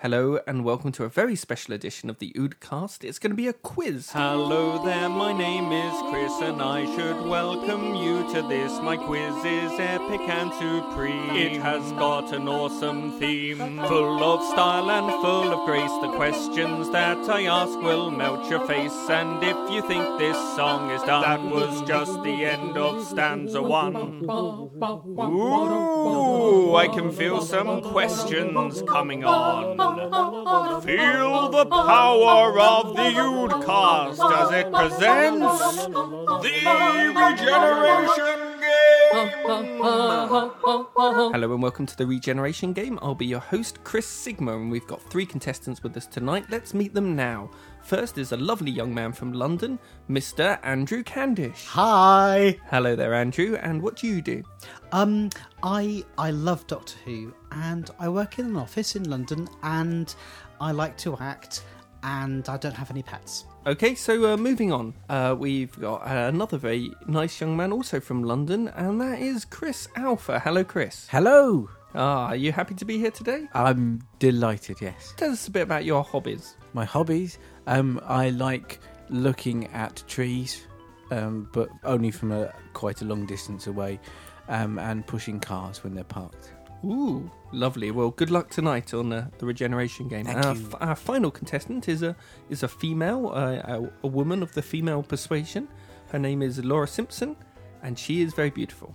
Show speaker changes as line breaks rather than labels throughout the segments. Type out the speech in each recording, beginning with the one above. Hello and welcome to a very special edition of the Oodcast. It's going to be a quiz.
Hello there, my name is Chris, and I should welcome you to this. My quiz is epic and supreme. It has got an awesome theme, full of style and full of grace. The questions that I ask will melt your face, and if you think this song is done, that was just the end of stanza one. Ooh, I can feel some questions coming on. Feel the power of the Oodcast as it presents the Regeneration Game!
Hello and welcome to the Regeneration Game. I'll be your host, Chris Sigma, and we've got three contestants with us tonight. Let's meet them now. First is a lovely young man from London, Mr. Andrew Candish.
Hi.
Hello there, Andrew, and what do you do?
Um, I I love Doctor Who, and I work in an office in London, and I like to act, and I don't have any pets.
Okay, so uh, moving on, uh, we've got uh, another very nice young man also from London, and that is Chris Alpha. Hello, Chris.
Hello!
Ah, are you happy to be here today?
I'm delighted, yes.
Tell us a bit about your hobbies.
My hobbies, um, I like looking at trees, um, but only from a quite a long distance away, um, and pushing cars when they're parked.
Ooh, lovely. Well, good luck tonight on uh, the regeneration game.
Thank
our,
you.
f- our final contestant is a is a female, uh, a, a woman of the female persuasion. Her name is Laura Simpson, and she is very beautiful.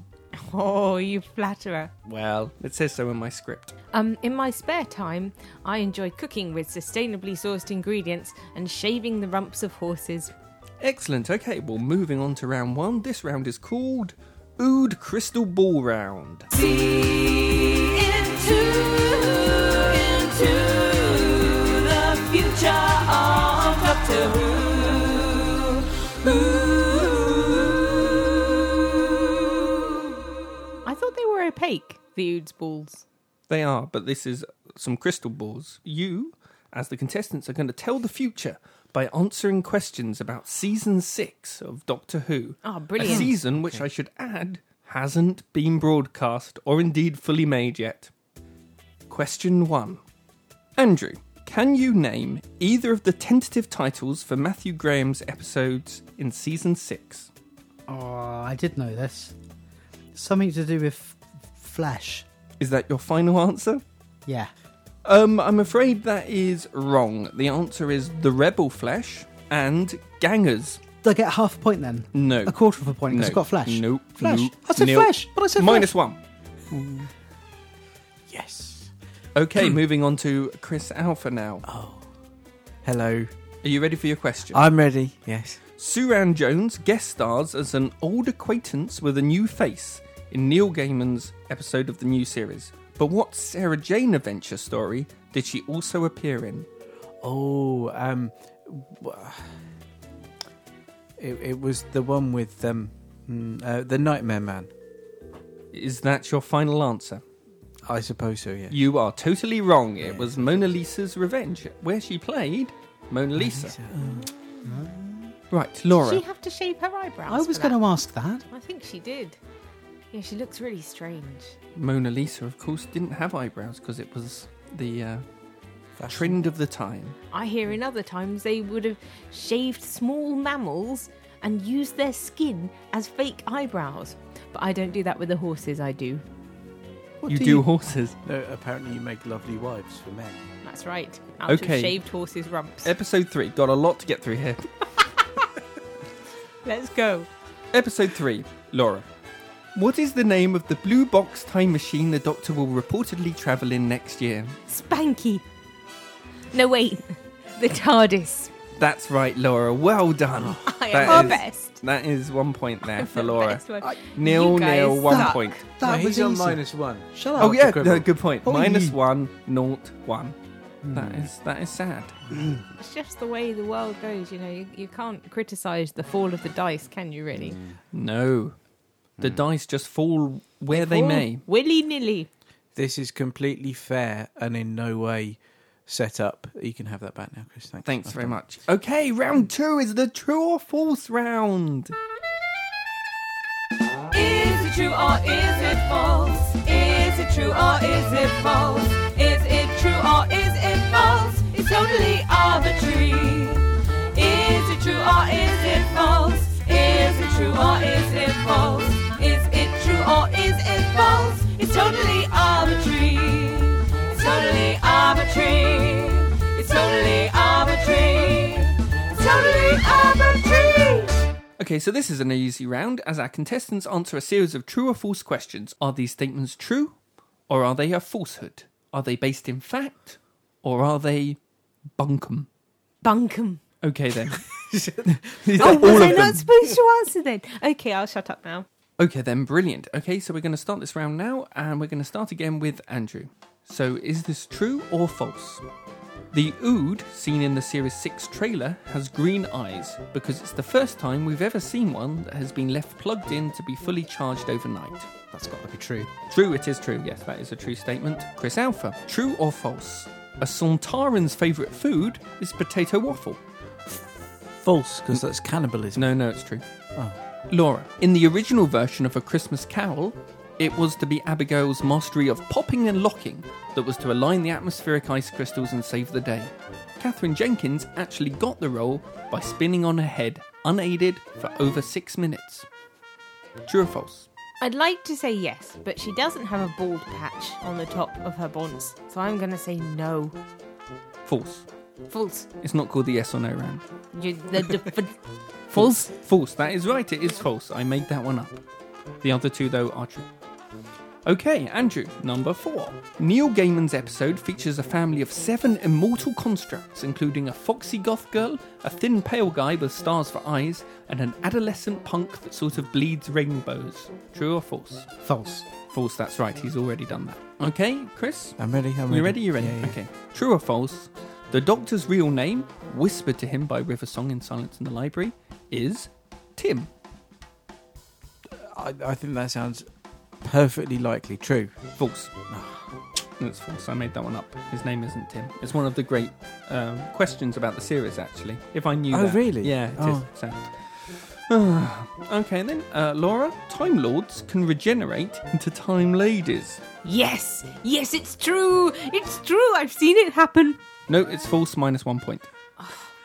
Oh, you flatterer.
Well, it says so in my script.
Um, in my spare time, I enjoy cooking with sustainably sourced ingredients and shaving the rumps of horses.
Excellent. Okay, well, moving on to round one. This round is called Ood Crystal Ball Round.
I thought they were opaque, the Ood's balls.
They are, but this is some crystal balls. You, as the contestants, are going to tell the future by answering questions about season six of Doctor Who.
Ah, brilliant.
A season which I should add hasn't been broadcast or indeed fully made yet. Question one Andrew, can you name either of the tentative titles for Matthew Graham's episodes in season six?
Oh, I did know this. Something to do with f- flesh.
Is that your final answer?
Yeah.
Um, I'm afraid that is wrong. The answer is the Rebel Flesh and Gangers.
Do I get half a point then?
No.
A quarter of a point
No.
because it's got flesh.
Nope.
Flesh.
Nope.
I said
Nil.
flesh, but I said
Minus
flesh.
one.
Yes.
Okay,
Hmm.
moving on to Chris Alpha now.
Oh.
Are
Hello.
you ready for your question?
I'm ready, yes.
Suran Jones guest stars as an old acquaintance with a new face in Neil Gaiman's episode of the new series. But what Sarah Jane adventure story did she also appear in?
Oh, um, w- it, it was the one with um, mm, uh, the Nightmare Man.
Is that your final answer?
I suppose so, yeah.
You are totally wrong. It was Mona Lisa's Revenge, where she played Mona Lisa. Right, Laura.
Did she have to shave her eyebrows?
I was going
to
to ask that.
I think she did. Yeah, she looks really strange.
Mona Lisa, of course, didn't have eyebrows because it was the uh, trend of the time.
I hear in other times they would have shaved small mammals and used their skin as fake eyebrows. But I don't do that with the horses, I do.
What
you do, horses.
No, apparently you make lovely wives for men.
That's right. Out
Okay.
of shaved horses' rumps.
Episode 3, got a lot to get through here.
Let's go.
Episode 3, Laura. What is the name of the blue box time machine the Doctor will reportedly travel in next year?
Spanky. No, wait. The TARDIS.
That's right, Laura. Well done.
I
That
am the
is-
best.
That is one point there for
The
Laura.
best one.
Nil,
You guys
nil, one
suck.
point.
That
No,
was
he's on
easy.
minus one.
Shut up.
Oh, yeah,
quibble.
no, good point.
Oh,
Minus
ye.
one, naught, one. That is that is sad.
It's just the way the world goes, you know. You, you can't criticise the fall of the dice, can you, really?
No, the dice just fall where Hmm. they may.
Willy nilly.
This is completely fair and in no way set up. You can have that back now, Chris. Thanks.
Thanks
I've
very
done.
much. Okay, round two is the true or false round.
Is it true or is it false? Is it true or is it false? Is it true or is it false? arbitrary. It's totally arbitrary. It's totally arbitrary.
Okay, so this is an easy round as our contestants answer a series of true or false questions. Are these statements true or are they a falsehood? Are they based in fact or are they bunkum?
Bunkum.
Okay then.
Oh, was I not supposed to answer then? Okay, I'll shut up now.
Okay then, brilliant. Okay, so we're going to start this round now and we're going to start again with Andrew. So, is this true or false? The Ood, seen in the Series 6 trailer, has green eyes because it's the first time we've ever seen one that has been left plugged in to be fully charged overnight.
That's got to be true.
True, it is true. Yes, that is a true statement. Chris Alpha, true or false? A Sontaran's favourite food is potato waffle.
False, because that's cannibalism.
No, no, it's true.
Oh.
Laura, in the original version of A Christmas Carol, it was to be Abigail's mastery of popping and locking that was to align the atmospheric ice crystals and save the day. Catherine Jenkins actually got the role by spinning on her head, unaided, for over six minutes. True or false?
I'd like to say yes, but she doesn't have a bald patch on the top of her bonds, so I'm going to say no.
False.
False.
It's not called the yes or no round.
You, the, the, false.
False. That is right. It is false. I made that one up. The other two, though, are true. Okay, Andrew, number four. Neil Gaiman's episode features a family of seven immortal constructs, including a foxy goth girl, a thin pale guy with stars for eyes, and an adolescent punk that sort of bleeds rainbows. True or false?
False.
False, that's right, he's already done that. Okay, Chris?
I'm ready. I'm
You ready? You ready?
Yeah, yeah.
Okay. True or false? The Doctor's real name, whispered to him by Riversong in Silence in the Library, is Tim.
I, I think that sounds perfectly likely true.
False. That's false. I made that one up. His name isn't Tim. It's one of the great um, questions about the series, actually. If I knew
Oh,
that.
really?
Yeah, it is.
Oh.
So. okay, then. Uh, Laura, Time Lords can regenerate into Time Ladies.
Yes. Yes, it's true. It's true. I've seen it happen.
No, it's false, minus one point.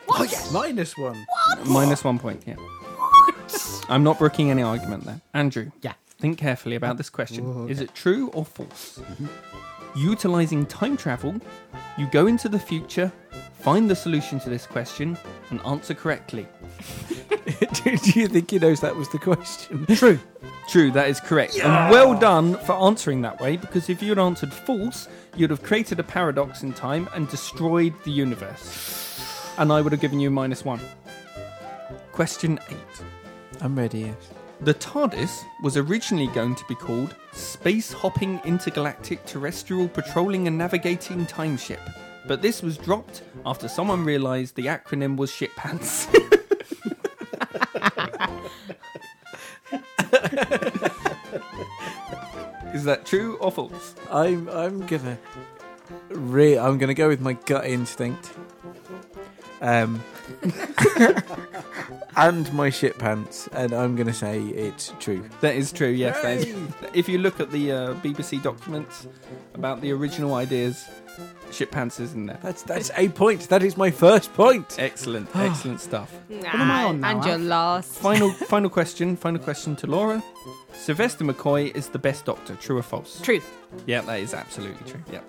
What?
Minus one.
Minus one point, yeah. I'm not brooking any argument there. Andrew.
Yeah.
Think carefully about this question. Is it true or false?
Mm-hmm.
Utilizing time travel, you go into the future, find the solution to this question, and answer correctly.
do, do you think he knows that was the question?
True.
True, that is correct. And well done for answering that way, because if you had answered false, you'd have created a paradox in time and destroyed the universe. And I would have given you minus one. Question eight.
I'm ready. Yes.
The TARDIS was originally going to be called Space Hopping Intergalactic Terrestrial Patrolling and Navigating Time Ship, but this was dropped after someone realised the acronym was Ship Pants. Is that true or false?
I'm. I'm gonna. Re- I'm gonna go with my gut instinct. Um. and my shit pants, and I'm gonna say it's true.
That is true, yes. That is. If you look at the uh, BBC documents about the original ideas, Ship Pants is in there.
That's that's a point. That is my first point.
Excellent, excellent stuff.
am I on now,
and your
Alf?
last.
Final final question, final question to Laura. Sylvester McCoy is the best doctor, true or false?
True.
Yeah, that is absolutely true. Yeah.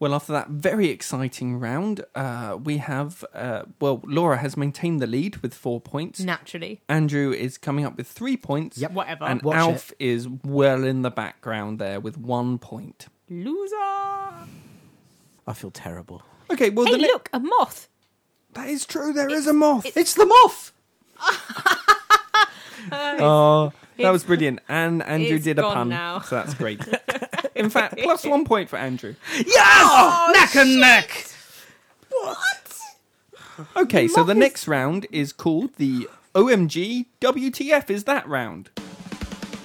Well, after that very exciting round, uh, we have, uh, well, Laura has maintained the lead with four points.
Naturally.
Andrew is coming up with three points.
Yep.
Whatever.
And
Watch
Alf is well in the background there with one point.
Loser.
I feel terrible.
Okay, well,
Hey,
the ne-
look, a moth.
that is true. There is a moth.
It's the moth.
Oh, that
It's-
was brilliant. And Andrew
it's
did a
gone
pun.
now.
So that's great. In fact, plus one point for Andrew.
Yes.
Oh,
neck and neck.
Okay, so the next round is called the OMG WTF is that round.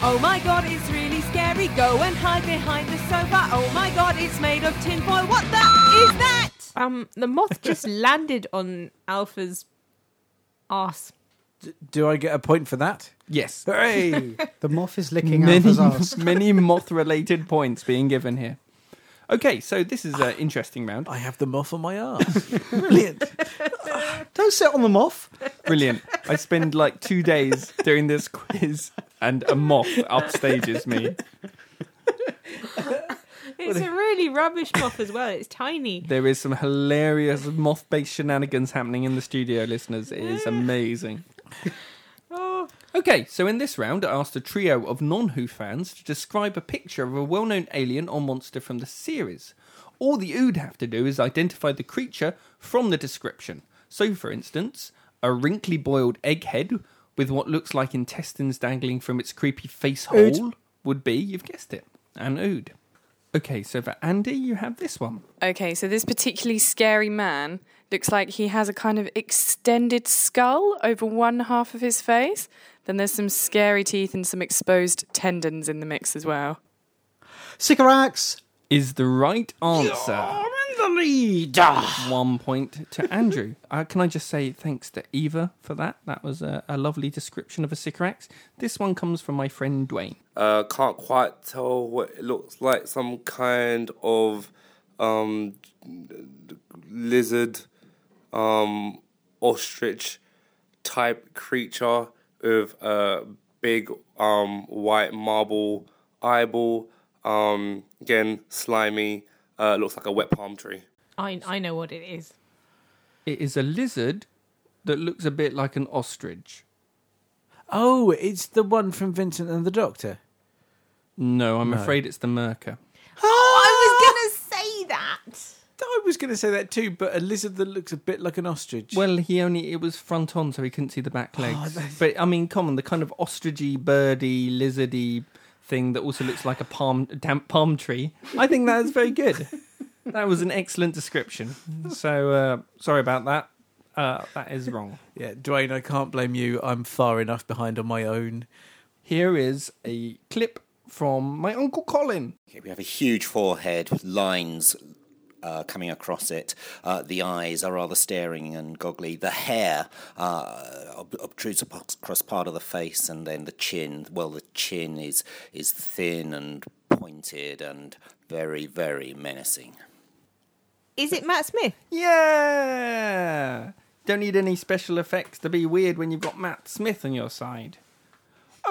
Oh my god, it's really scary. Go and hide behind the sofa. Oh my god, it's made of tin foil. What the is that?
Um, the moth just landed on Alpha's ass.
Do I get a point for that?
Yes.
Hooray!
The moth is licking
Many,
Alpha's ass.
many moth related points being given here. Okay, so this is an interesting round.
I have the muff on my arse. Brilliant.
Don't sit on the moth.
Brilliant. I spend like two days doing this quiz, and a moth upstages me.
It's a really rubbish moth as well. It's tiny.
There is some hilarious moth based shenanigans happening in the studio, listeners. It is amazing.
Oh,
Okay, so in this round, I asked a trio of non Who fans to describe a picture of a well known alien or monster from the series. All the Ood have to do is identify the creature from the description. So, for instance, a wrinkly boiled egg head with what looks like intestines dangling from its creepy face
Ood.
hole would be, you've guessed it, an Ood. Okay, so for Andy, you have this one.
Okay, so this particularly scary man looks like he has a kind of extended skull over one half of his face. Then there's some scary teeth and some exposed tendons in the mix as well.
Sycorax!
Is the right answer.
The leader!
One point to Andrew. uh, can I just say thanks to Eva for that? That was a, a lovely description of a Sycorax. This one comes from my friend Dwayne.
Uh, can't quite tell what it looks like. Some kind of um, lizard, um, ostrich type creature with a big um, white marble eyeball. Um, again, slimy. Uh, looks like a wet palm tree.
I I know what it is.
It is a lizard that looks a bit like an ostrich.
Oh, it's the one from Vincent and the Doctor.
No, I'm afraid it's the Merker.
Oh,
I was gonna say that.
I was going to say that too, but a lizard that looks a bit like an ostrich.
Well, he only it was front on, so he couldn't see the back legs. but I mean, come on, the kind of ostrichy, birdy, lizardy thing that also looks like a palm damp palm tree. I think that is very good. that was an excellent description. So uh, sorry about that. Uh, that is wrong.
yeah, Dwayne, I can't blame you. I'm far enough behind on my own.
Here is a clip from my uncle Colin.
Okay, we have a huge forehead with lines uh, coming across it. Uh, the eyes are rather staring and goggly. The hair uh, ob- obtrudes apo- across part of the face, and then the chin. Well, the chin is is thin and pointed and very, very menacing.
Is it Matt Smith?
Yeah. Don't need any special effects to be weird when you've got Matt Smith on your side.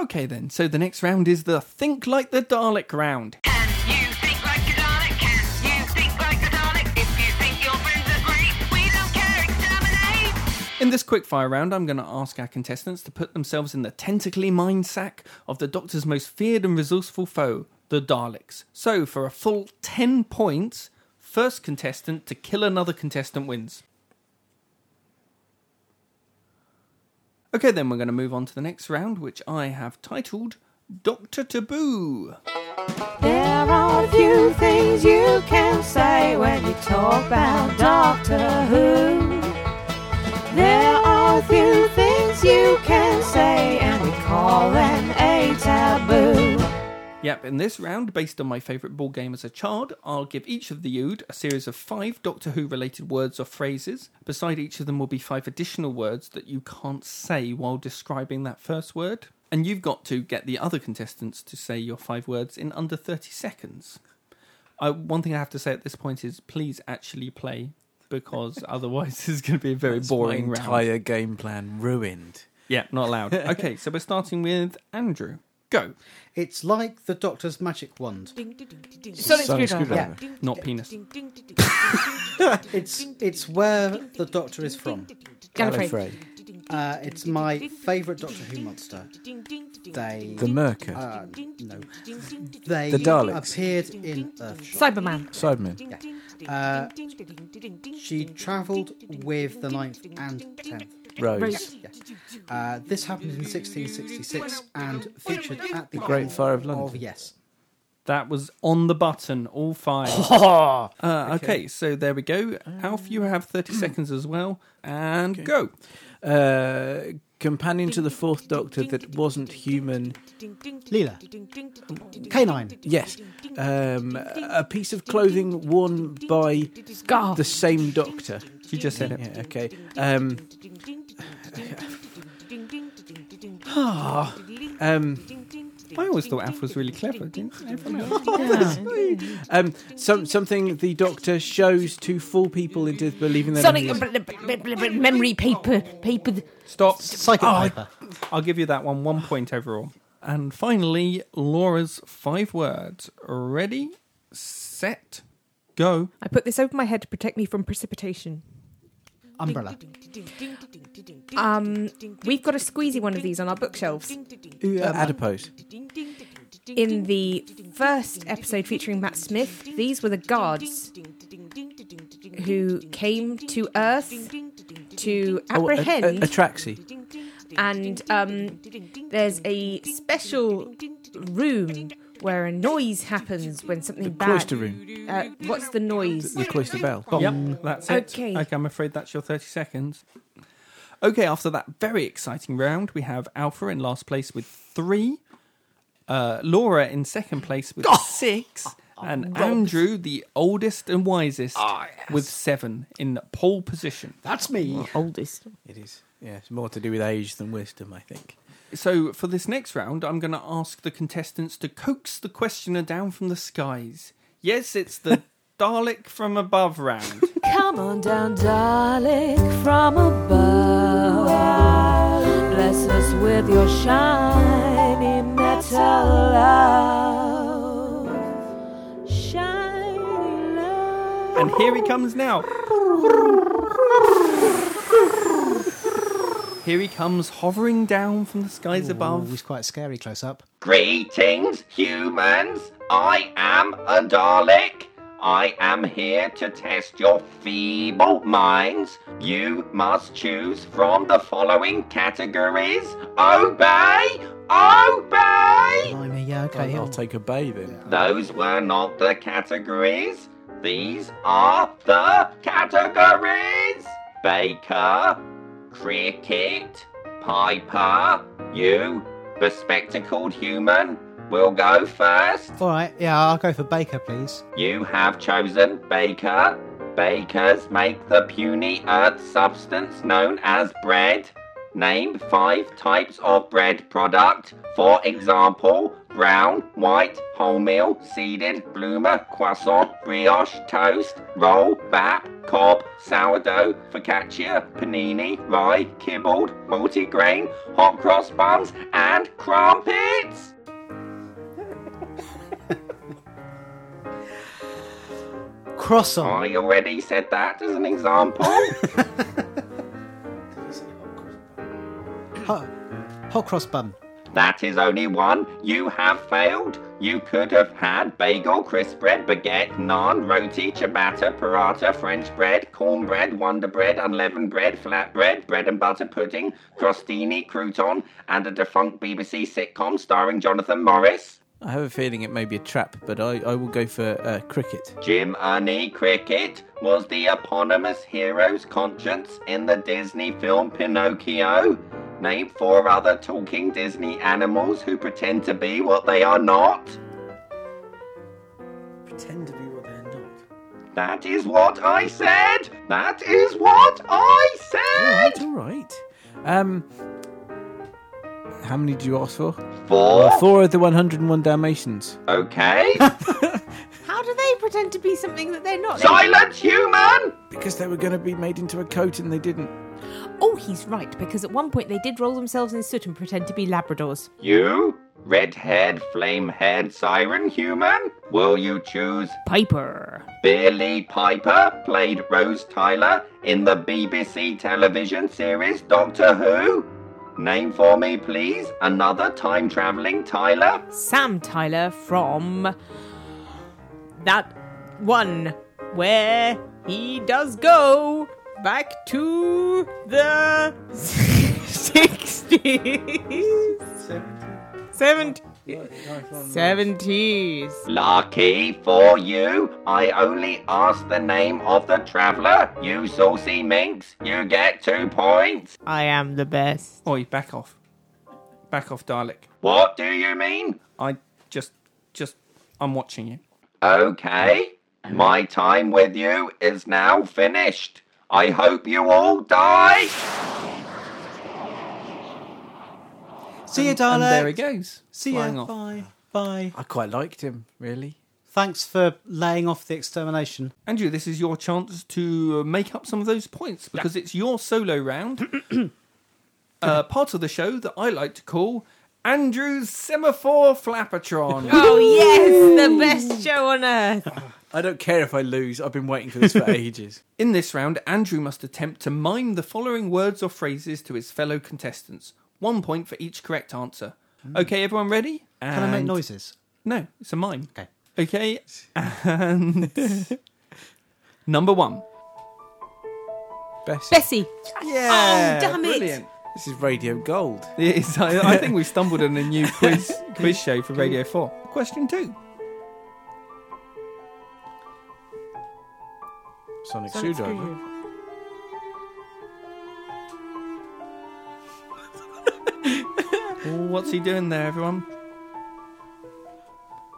Okay then, so the next round is the Think Like the Dalek round.
Can you think like a Dalek? Can you think like a Dalek? If you think your friends are great, we don't care, exterminate!
In this quickfire round, I'm going to ask our contestants to put themselves in the tentacly mind sack of the Doctor's most feared and resourceful foe, the Daleks. So, for a full 10 points, first contestant to kill another contestant wins. Okay, then we're going to move on to the next round, which I have titled Doctor Taboo.
There are a few things you can say when you talk about Doctor Who. There are a few things you can say, and we call them a taboo.
Yep, in this round, based on my favourite board game as a child, I'll give each of the Ood a series of five Doctor Who related words or phrases. Beside each of them will be five additional words that you can't say while describing that first word. And you've got to get the other contestants to say your five words in under 30 seconds. I, one thing I have to say at this point is please actually play because otherwise this is going to be a very
That's
boring
my
round.
entire game plan ruined.
Yeah, not allowed. okay, so we're starting with Andrew. Go.
It's like the Doctor's magic wand.
Sonic
Sonic
screwdriver.
screwdriver.
Not penis.
It's it's where the Doctor is from.
Gallifrey.
Uh, it's my favourite Doctor Who monster. They
The Merker.
uh, no. They
The Daleks.
appeared in Earthshot.
Cyberman.
Sidemen.
Uh, she travelled with the ninth and tenth.
Rose.
Rose.
Uh, this happened in 1666 and featured at the
Great
end
Fire of
Of
London.
yes.
That was on the button, all five. uh, okay. so there we go. Alf, you have 30 seconds as well. And go.
Oh,
Uh, companion to the Fourth Doctor that wasn't human.
Leela. Canine.
Yes. Um, a piece of clothing worn by
Scarf.
the same Doctor.
She just said it.
Yeah, okay. Um, um,
I always thought Alf was really clever, didn't everyone else?
um, some, something the Doctor shows to fool people into believing that
Sonic
he is-
memory paper paper.
Stop.
Psychic Piper.
I'll give you that one, one point overall. And finally, Laura's five words. Ready, set, go.
I put this over my head to protect me from precipitation.
Umbrella.
Um, we've got a squeezy one of these on our bookshelves.
uh, Adipose.
In the first episode featuring Matt Smith, these were the guards who came to Earth to
Oh, a- a-
apprehend.
Atraxi.
and um, there's a special room where a noise happens when something
The
bad.
cloister room.
Uh, what's the noise?
The cloister bell.
Yep, that's it.
Okay.
okay, I'm afraid that's your 30 seconds. Okay, after that very exciting round, we have Alpha in last place with three, uh, Laura in second place with six, and Andrew, the oldest and wisest, with seven in pole position.
That's me.
Oldest.
It is. Yeah, it's more to do with age than wisdom, I think.
So, for this next round, I'm going to ask the contestants to coax the questioner down from the skies. Yes, it's the Dalek from above round.
Come on down, darling, from above. Bless us with your shiny metal love. Shiny love.
and here he comes now. Here he comes, hovering down from the skies
It
above.
was quite scary close up.
Greetings, humans! I am a Dalek! I am here to test your feeble minds. You must choose from the following categories Obey! Obey!
Blimey, yeah, okay.
I'll, I'll take a bay then.
Those were not the categories. These are the categories Baker, Cricket, Piper, you, the spectacled human, will go first.
All right, yeah, I'll go for Baker, please.
You have chosen Baker. Bakers make the puny earth substance known as bread. Name five types of bread product. For example, brown, white, wholemeal, seeded, bloomer, croissant, brioche, toast, roll, bap, cob, sourdough, focaccia, panini, rye, kibbled, multigrain, hot cross buns, and crumpets.
Cross on.
I Oh, already said that as an example.
Hot, hot cross bun.
That is only one. You have failed. You could have had bagel, crisp bread, baguette, naan, roti, ciabatta, paratha, French bread, cornbread, wonder bread, unleavened bread, flatbread, bread and butter pudding, crostini, crouton, and a defunct BBC sitcom starring Jonathan Morris.
I have a feeling it may be a trap, but I, I will go for uh, cricket.
Jim Ernie Cricket was the eponymous hero's conscience in the Disney film Pinocchio. Name four other talking Disney animals who pretend to be what they are not.
Pretend to be what they're not.
That is what I said! That is what I
All right,
said!
all right. Um, how many do you ask for?
Four?
Four of the 101 Dalmatians.
Okay.
How do they pretend to be something that they're not?
Silence, human!
Because they were going to be made into a coat and they didn't.
Oh, he's right, because at one point they did roll themselves in soot and pretend to be Labradors.
You, red haired, flame haired siren human, will you choose
Piper.
Billy Piper played Rose Tyler in the BBC television series Doctor Who? Name for me, please, another time travelling Tyler.
Sam Tyler from that one where he does go back to the 60s 70s 70s
Lucky for you, I only asked the name of the traveller. You saucy minx, you get two points.
i am the best
Oi, back off. Back off, Dalek.
What do you mean?
I just, just, I'm watching you.
Okay, my time with you is now finished. I hope you all die.
See you,
And
darling.
there he goes.
See
flying
you.
off.
Bye. Bye.
I quite liked him, really.
Thanks for laying off the extermination.
Andrew, this is your chance to uh, make up some of those points because it's your solo round. uh, part of the show that I like to call Andrew's Semaphore Flappertron.
oh yes the best show on earth
I don't care if I lose. I've been waiting for this for ages.
In this round, Andrew must attempt to mime the following words or phrases to his fellow contestants. One point for each correct answer. Okay, everyone ready?
Can I make
And-
noises?
No, it's a mime.
Okay.
Okay, and number one.
Bessie.
Bessie.
Yeah,
Oh, damn it.
brilliant.
This is Radio Gold.
It is- I, I think we stumbled on a new quiz quiz show for Radio 4. Question two.
Sonic,
Sonic
Screwdriver.
Screwdriver.
What's he doing there, everyone?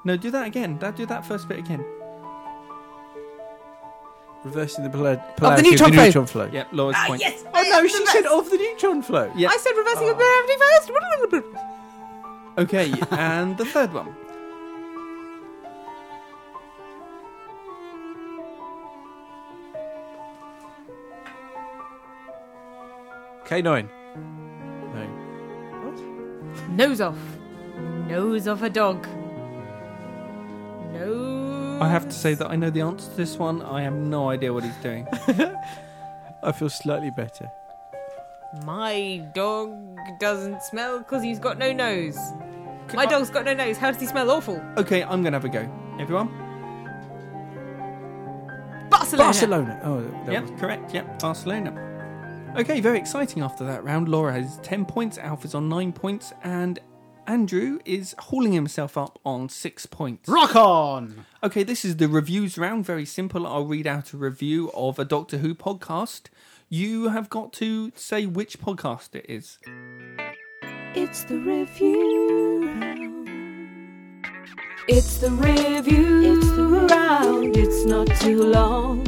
No, do that again. That do that first bit again.
Reversing the polar- polarity
the
of
neutron flow.
flow.
Yep, Laura's point.
Ah, Yes.
Oh no, she said of the neutron flow.
Yeah.
I said reversing the polarity first.
Okay, and the third one.
K9. No.
Nose off. Nose off a dog. Nose.
I have to say that I know the answer to this one. I have no idea what he's doing.
I feel slightly better.
My dog doesn't smell because he's got no nose. My dog's got no nose. How does he smell awful?
Okay, I'm gonna have a go. Everyone?
Barcelona.
Barcelona. Oh, that was-
Yep, correct. Yep, Barcelona. Okay, very exciting after that round. Laura has 10 points, Alf is on 9 points, and Andrew is hauling himself up on 6 points.
Rock on!
Okay, this is the reviews round. Very simple. I'll read out a review of a Doctor Who podcast. You have got to say which podcast it is.
It's the review round. It's the review it's the round. It's not too long.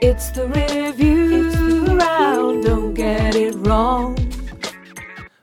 It's the review it's the round. Don't get it wrong.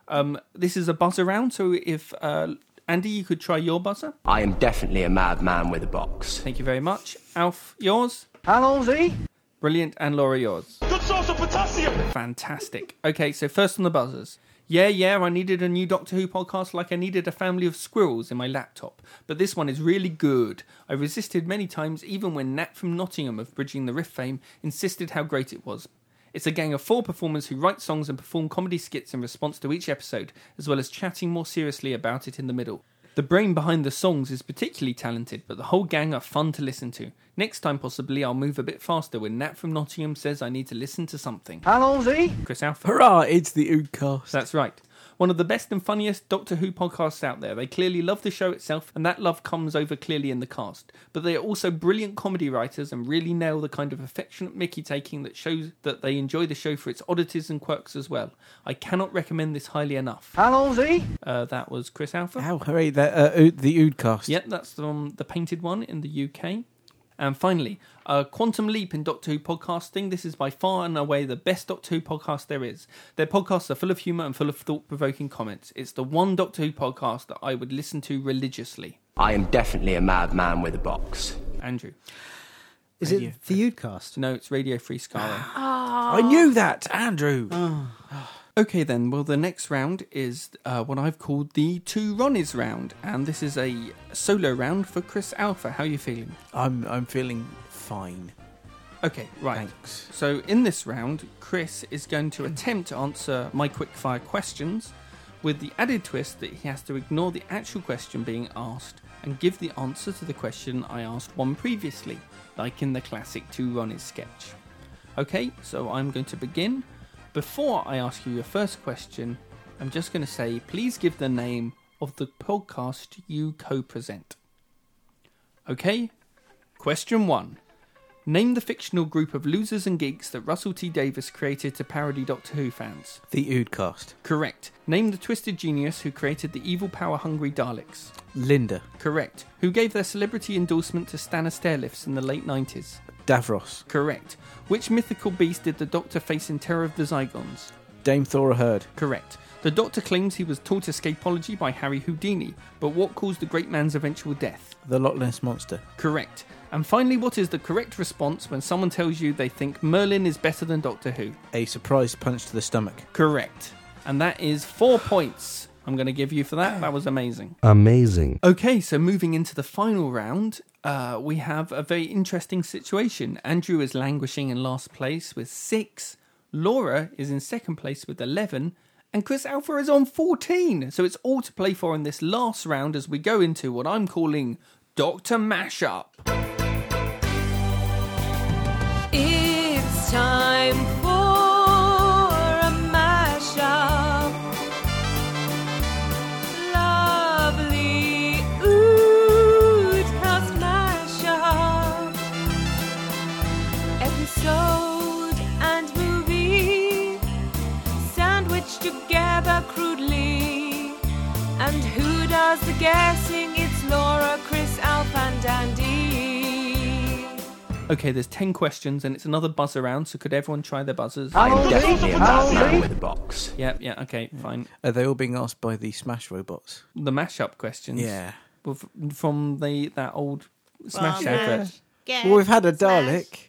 Um, this is a buzzer round, so if uh, Andy, you could try your buzzer.
I am definitely a madman with a box.
Thank you very much. Alf, yours.
Hello, Z.
Brilliant. And Laura, yours.
Good source of potassium!
Fantastic. Okay, so first on the buzzers. Yeah, yeah, I needed a new Doctor Who podcast like I needed a family of squirrels in my laptop. But this one is really good. I resisted many times, even when Nat from Nottingham of Bridging the Rift fame insisted how great it was. It's a gang of four performers who write songs and perform comedy skits in response to each episode, as well as chatting more seriously about it in the middle. The brain behind the songs is particularly talented, but the whole gang are fun to listen to. Next time, possibly, I'll move a bit faster when Nat from Nottingham says I need to listen to something.
Hello, Z.
Chris Alpha.
Hurrah, it's the Oodcast.
That's right. One of the best and funniest Doctor Who podcasts out there. They clearly love the show itself, and that love comes over clearly in the cast. But they are also brilliant comedy writers and really nail the kind of affectionate Mickey taking that shows that they enjoy the show for its oddities and quirks as well. I cannot recommend this highly enough.
Hello, Z.
Uh, that was Chris Alpha.
Ow, hooray, that, uh, Ood- the Oodcast.
Yep, that's from the painted one in the UK. And finally, uh, Quantum Leap in Doctor Who podcasting. This is by far and away the best Doctor Who podcast there is. Their podcasts are full of humour and full of thought provoking comments. It's the one Doctor Who podcast that I would listen to religiously.
I am definitely a madman with a box.
Andrew.
Is it the Udcast?
No, it's Radio Free Scarlet.
I knew that, Andrew.
okay, then. Well, the next round is uh, what I've called the Two Ronnies round. And this is a solo round for Chris Alpha. How are you feeling?
I'm, I'm feeling fine.
Okay, right.
Thanks.
So in this round, Chris is going to attempt to answer my quickfire questions with the added twist that he has to ignore the actual question being asked and give the answer to the question I asked one previously, like in the classic Two Ronnies sketch. Okay, so I'm going to begin. Before I ask you your first question, I'm just going to say please give the name of the podcast you co present. Okay, question one. Name the fictional group of losers and geeks that Russell T Davis created to parody Doctor Who fans.
The Oodcast.
Correct. Name the twisted genius who created the evil power hungry Daleks.
Linda.
Correct. Who gave their celebrity endorsement to Stannis Stairlifts in the late 90s.
Davros.
Correct. Which mythical beast did the Doctor face in Terror of the Zygons?
Dame Thora Heard.
Correct. The Doctor claims he was taught escapology by Harry Houdini, but what caused the great man's eventual death?
The Loch Ness Monster.
Correct. And finally, what is the correct response when someone tells you they think Merlin is better than Doctor Who?
A surprise punch to the stomach.
Correct. And that is four points I'm going to give you for that. That was amazing.
Amazing.
Okay, so moving into the final round, uh, we have a very interesting situation. Andrew is languishing in last place with six. Laura is in second place with 11. And Chris Alpha is on 14. So it's all to play for in this last round as we go into what I'm calling Dr. Mashup.
It's time for a mashup. Lovely Oodcast mashup. Episode and movie sandwiched together crudely. And who does the guessing? It's Laura, Chris, Alf, and Andy.
Okay, there's 10 questions and it's another buzz around, so could everyone try their buzzers?
I'm definitely a madman with a box.
Yep, yeah, okay, fine.
Are they all being asked by the Smash robots?
The mashup questions.
Yeah.
Well, f- From the that old Smash
Smash,
advert.
get,
Well, we've had a Dalek.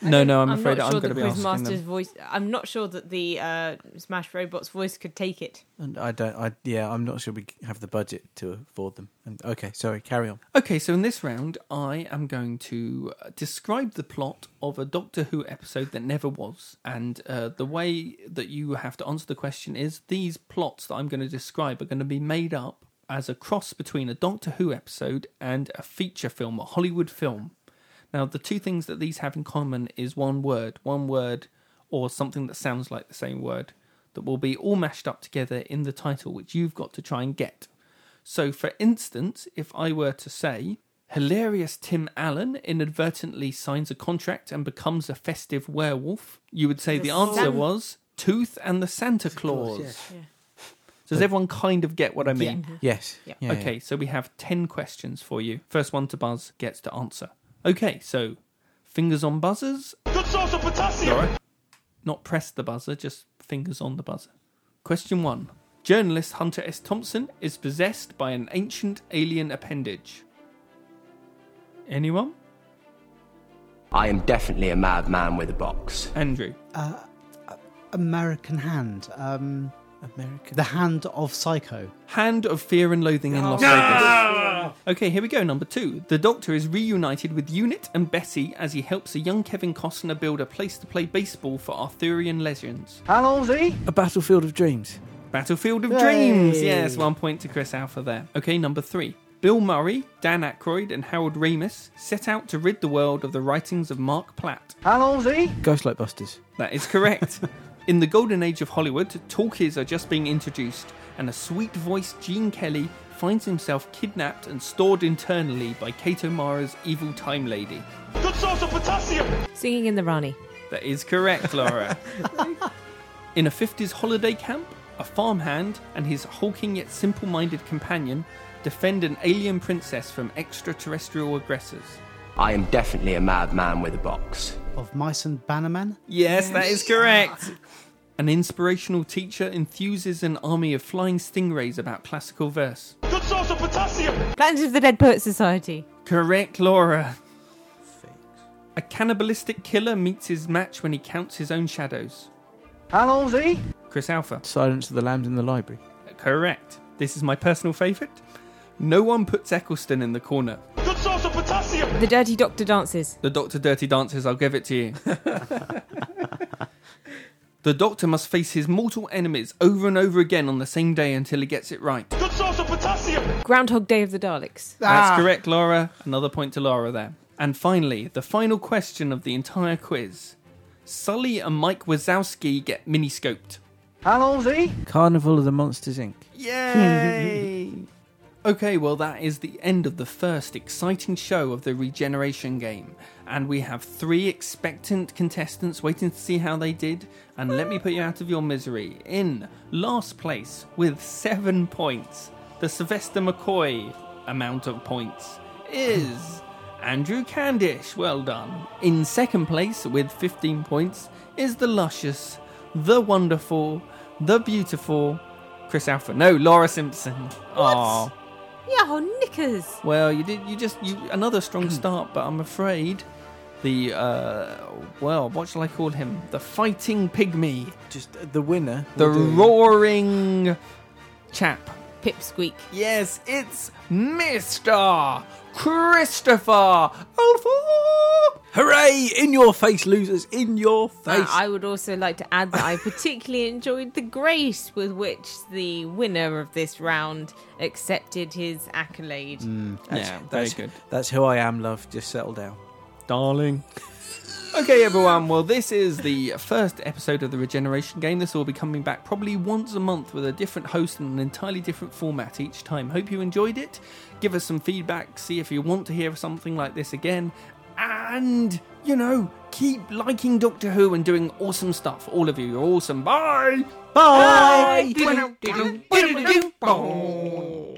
No, no, I'm,
I'm
afraid
not
I'm
sure
going to
that
be asking
Quizmaster's
them.
voice. I'm not sure that the uh, Smash Robot's voice could take it.
And I don't. I yeah. I'm not sure we have the budget to afford them. And okay, sorry. Carry on.
Okay, so in this round, I am going to uh, describe the plot of a Doctor Who episode that never was. And uh, the way that you have to answer the question is these plots that I'm going to describe are going to be made up as a cross between a Doctor Who episode and a feature film, a Hollywood film. Now, the two things that these have in common is one word, one word, or something that sounds like the same word that will be all mashed up together in the title, which you've got to try and get. So, for instance, if I were to say, hilarious Tim Allen inadvertently signs a contract and becomes a festive werewolf, you would say the,
The
answer
San-
was Tooth and the Santa Claus. Does everyone kind of get what I mean?
Yes.
Yeah.
Yeah,
okay, so we have 10 questions for you. First one to buzz gets to answer. Okay, so fingers on buzzers.
Good source of potassium.
Not press the buzzer, just fingers on the buzzer. Question one Journalist Hunter S. Thompson is possessed by an ancient alien appendage. Anyone?
I am definitely a madman with a box.
Andrew.
American Hand. Um,
American.
The Hand of Psycho.
Hand of Fear and Loathing in Las Vegas. Okay, here we go. Number two. The Doctor is reunited with Unit and Bessie as he helps a young Kevin Costner build a place to play baseball for Arthurian legends.
How long's he?
A battlefield of dreams.
Battlefield of
Yay.
Dreams. Yes, one point to Chris Alpha there. Okay, number three. Bill Murray, Dan Aykroyd, and Harold Ramis set out to rid the world of the writings of Mark Platt.
How long's he?
Ghostlight Busters.
That is correct. In the golden age of Hollywood, talkies are just being introduced, and a sweet voiced Gene Kelly finds himself kidnapped and stored internally by Kato Mara's evil time lady.
Good source of potassium.
Singing in the Rani.
That is correct, Laura. In a 50s holiday camp, a farmhand and his hulking yet simple minded companion defend an alien princess from extraterrestrial aggressors.
I am definitely a madman with a box.
Of Mice and Bannerman.
Yes, that is correct. An inspirational teacher enthuses an army of flying stingrays about classical verse.
Good source of potassium.
Planet of the Dead Poets Society.
Correct, Laura. A cannibalistic killer meets his match when he counts his own shadows.
How long's he?
Chris Alpha.
Silence of the Lambs in the library.
Correct. This is my personal favourite. No one puts Eccleston in the corner.
Good source of potassium.
The Dirty Doctor Dances.
The Doctor Dirty Dances, I'll give it to you. the Doctor must face his mortal enemies over and over again on the same day until he gets it right.
Good source of potassium.
Groundhog Day of the Daleks.
That's correct, Laura. Another point to Laura there. And finally, the final question of the entire quiz Sully and Mike Wazowski get miniscoped.
How long's he?
Carnival of the Monsters Inc.
Yay! okay, well, that is the end of the first exciting show of the regeneration game. And we have three expectant contestants waiting to see how they did. And let me put you out of your misery. In last place with seven points, the Sylvester McCoy amount of points is. Andrew Candish, well done. In second place with 15 points is the luscious, the wonderful, the beautiful Chris Alpha. No, Laura Simpson. Oh,
Yeah, oh, knickers.
well, you did. You just you another strong start, but I'm afraid the uh, well, what shall I call him? The fighting pygmy,
Just uh, the winner.
the roaring chap.
Pipsqueak.
Yes, it's Mister Christopher Alpha.
Hooray! In your face, losers! In your
Uh,
face!
I would also like to add that I particularly enjoyed the grace with which the winner of this round accepted his accolade.
Mm. Yeah, very
that's,
good.
That's who I am, love. Just settle down.
Darling. Okay, everyone. Well, this is the first episode of the Regeneration Game. This will be coming back probably once a month with a different host and an entirely different format each time. Hope you enjoyed it. Give us some feedback. See if you want to hear something like this again. And, you know, keep liking Doctor Who and doing awesome stuff. All of you, you're awesome. Bye!
Bye.
Bye.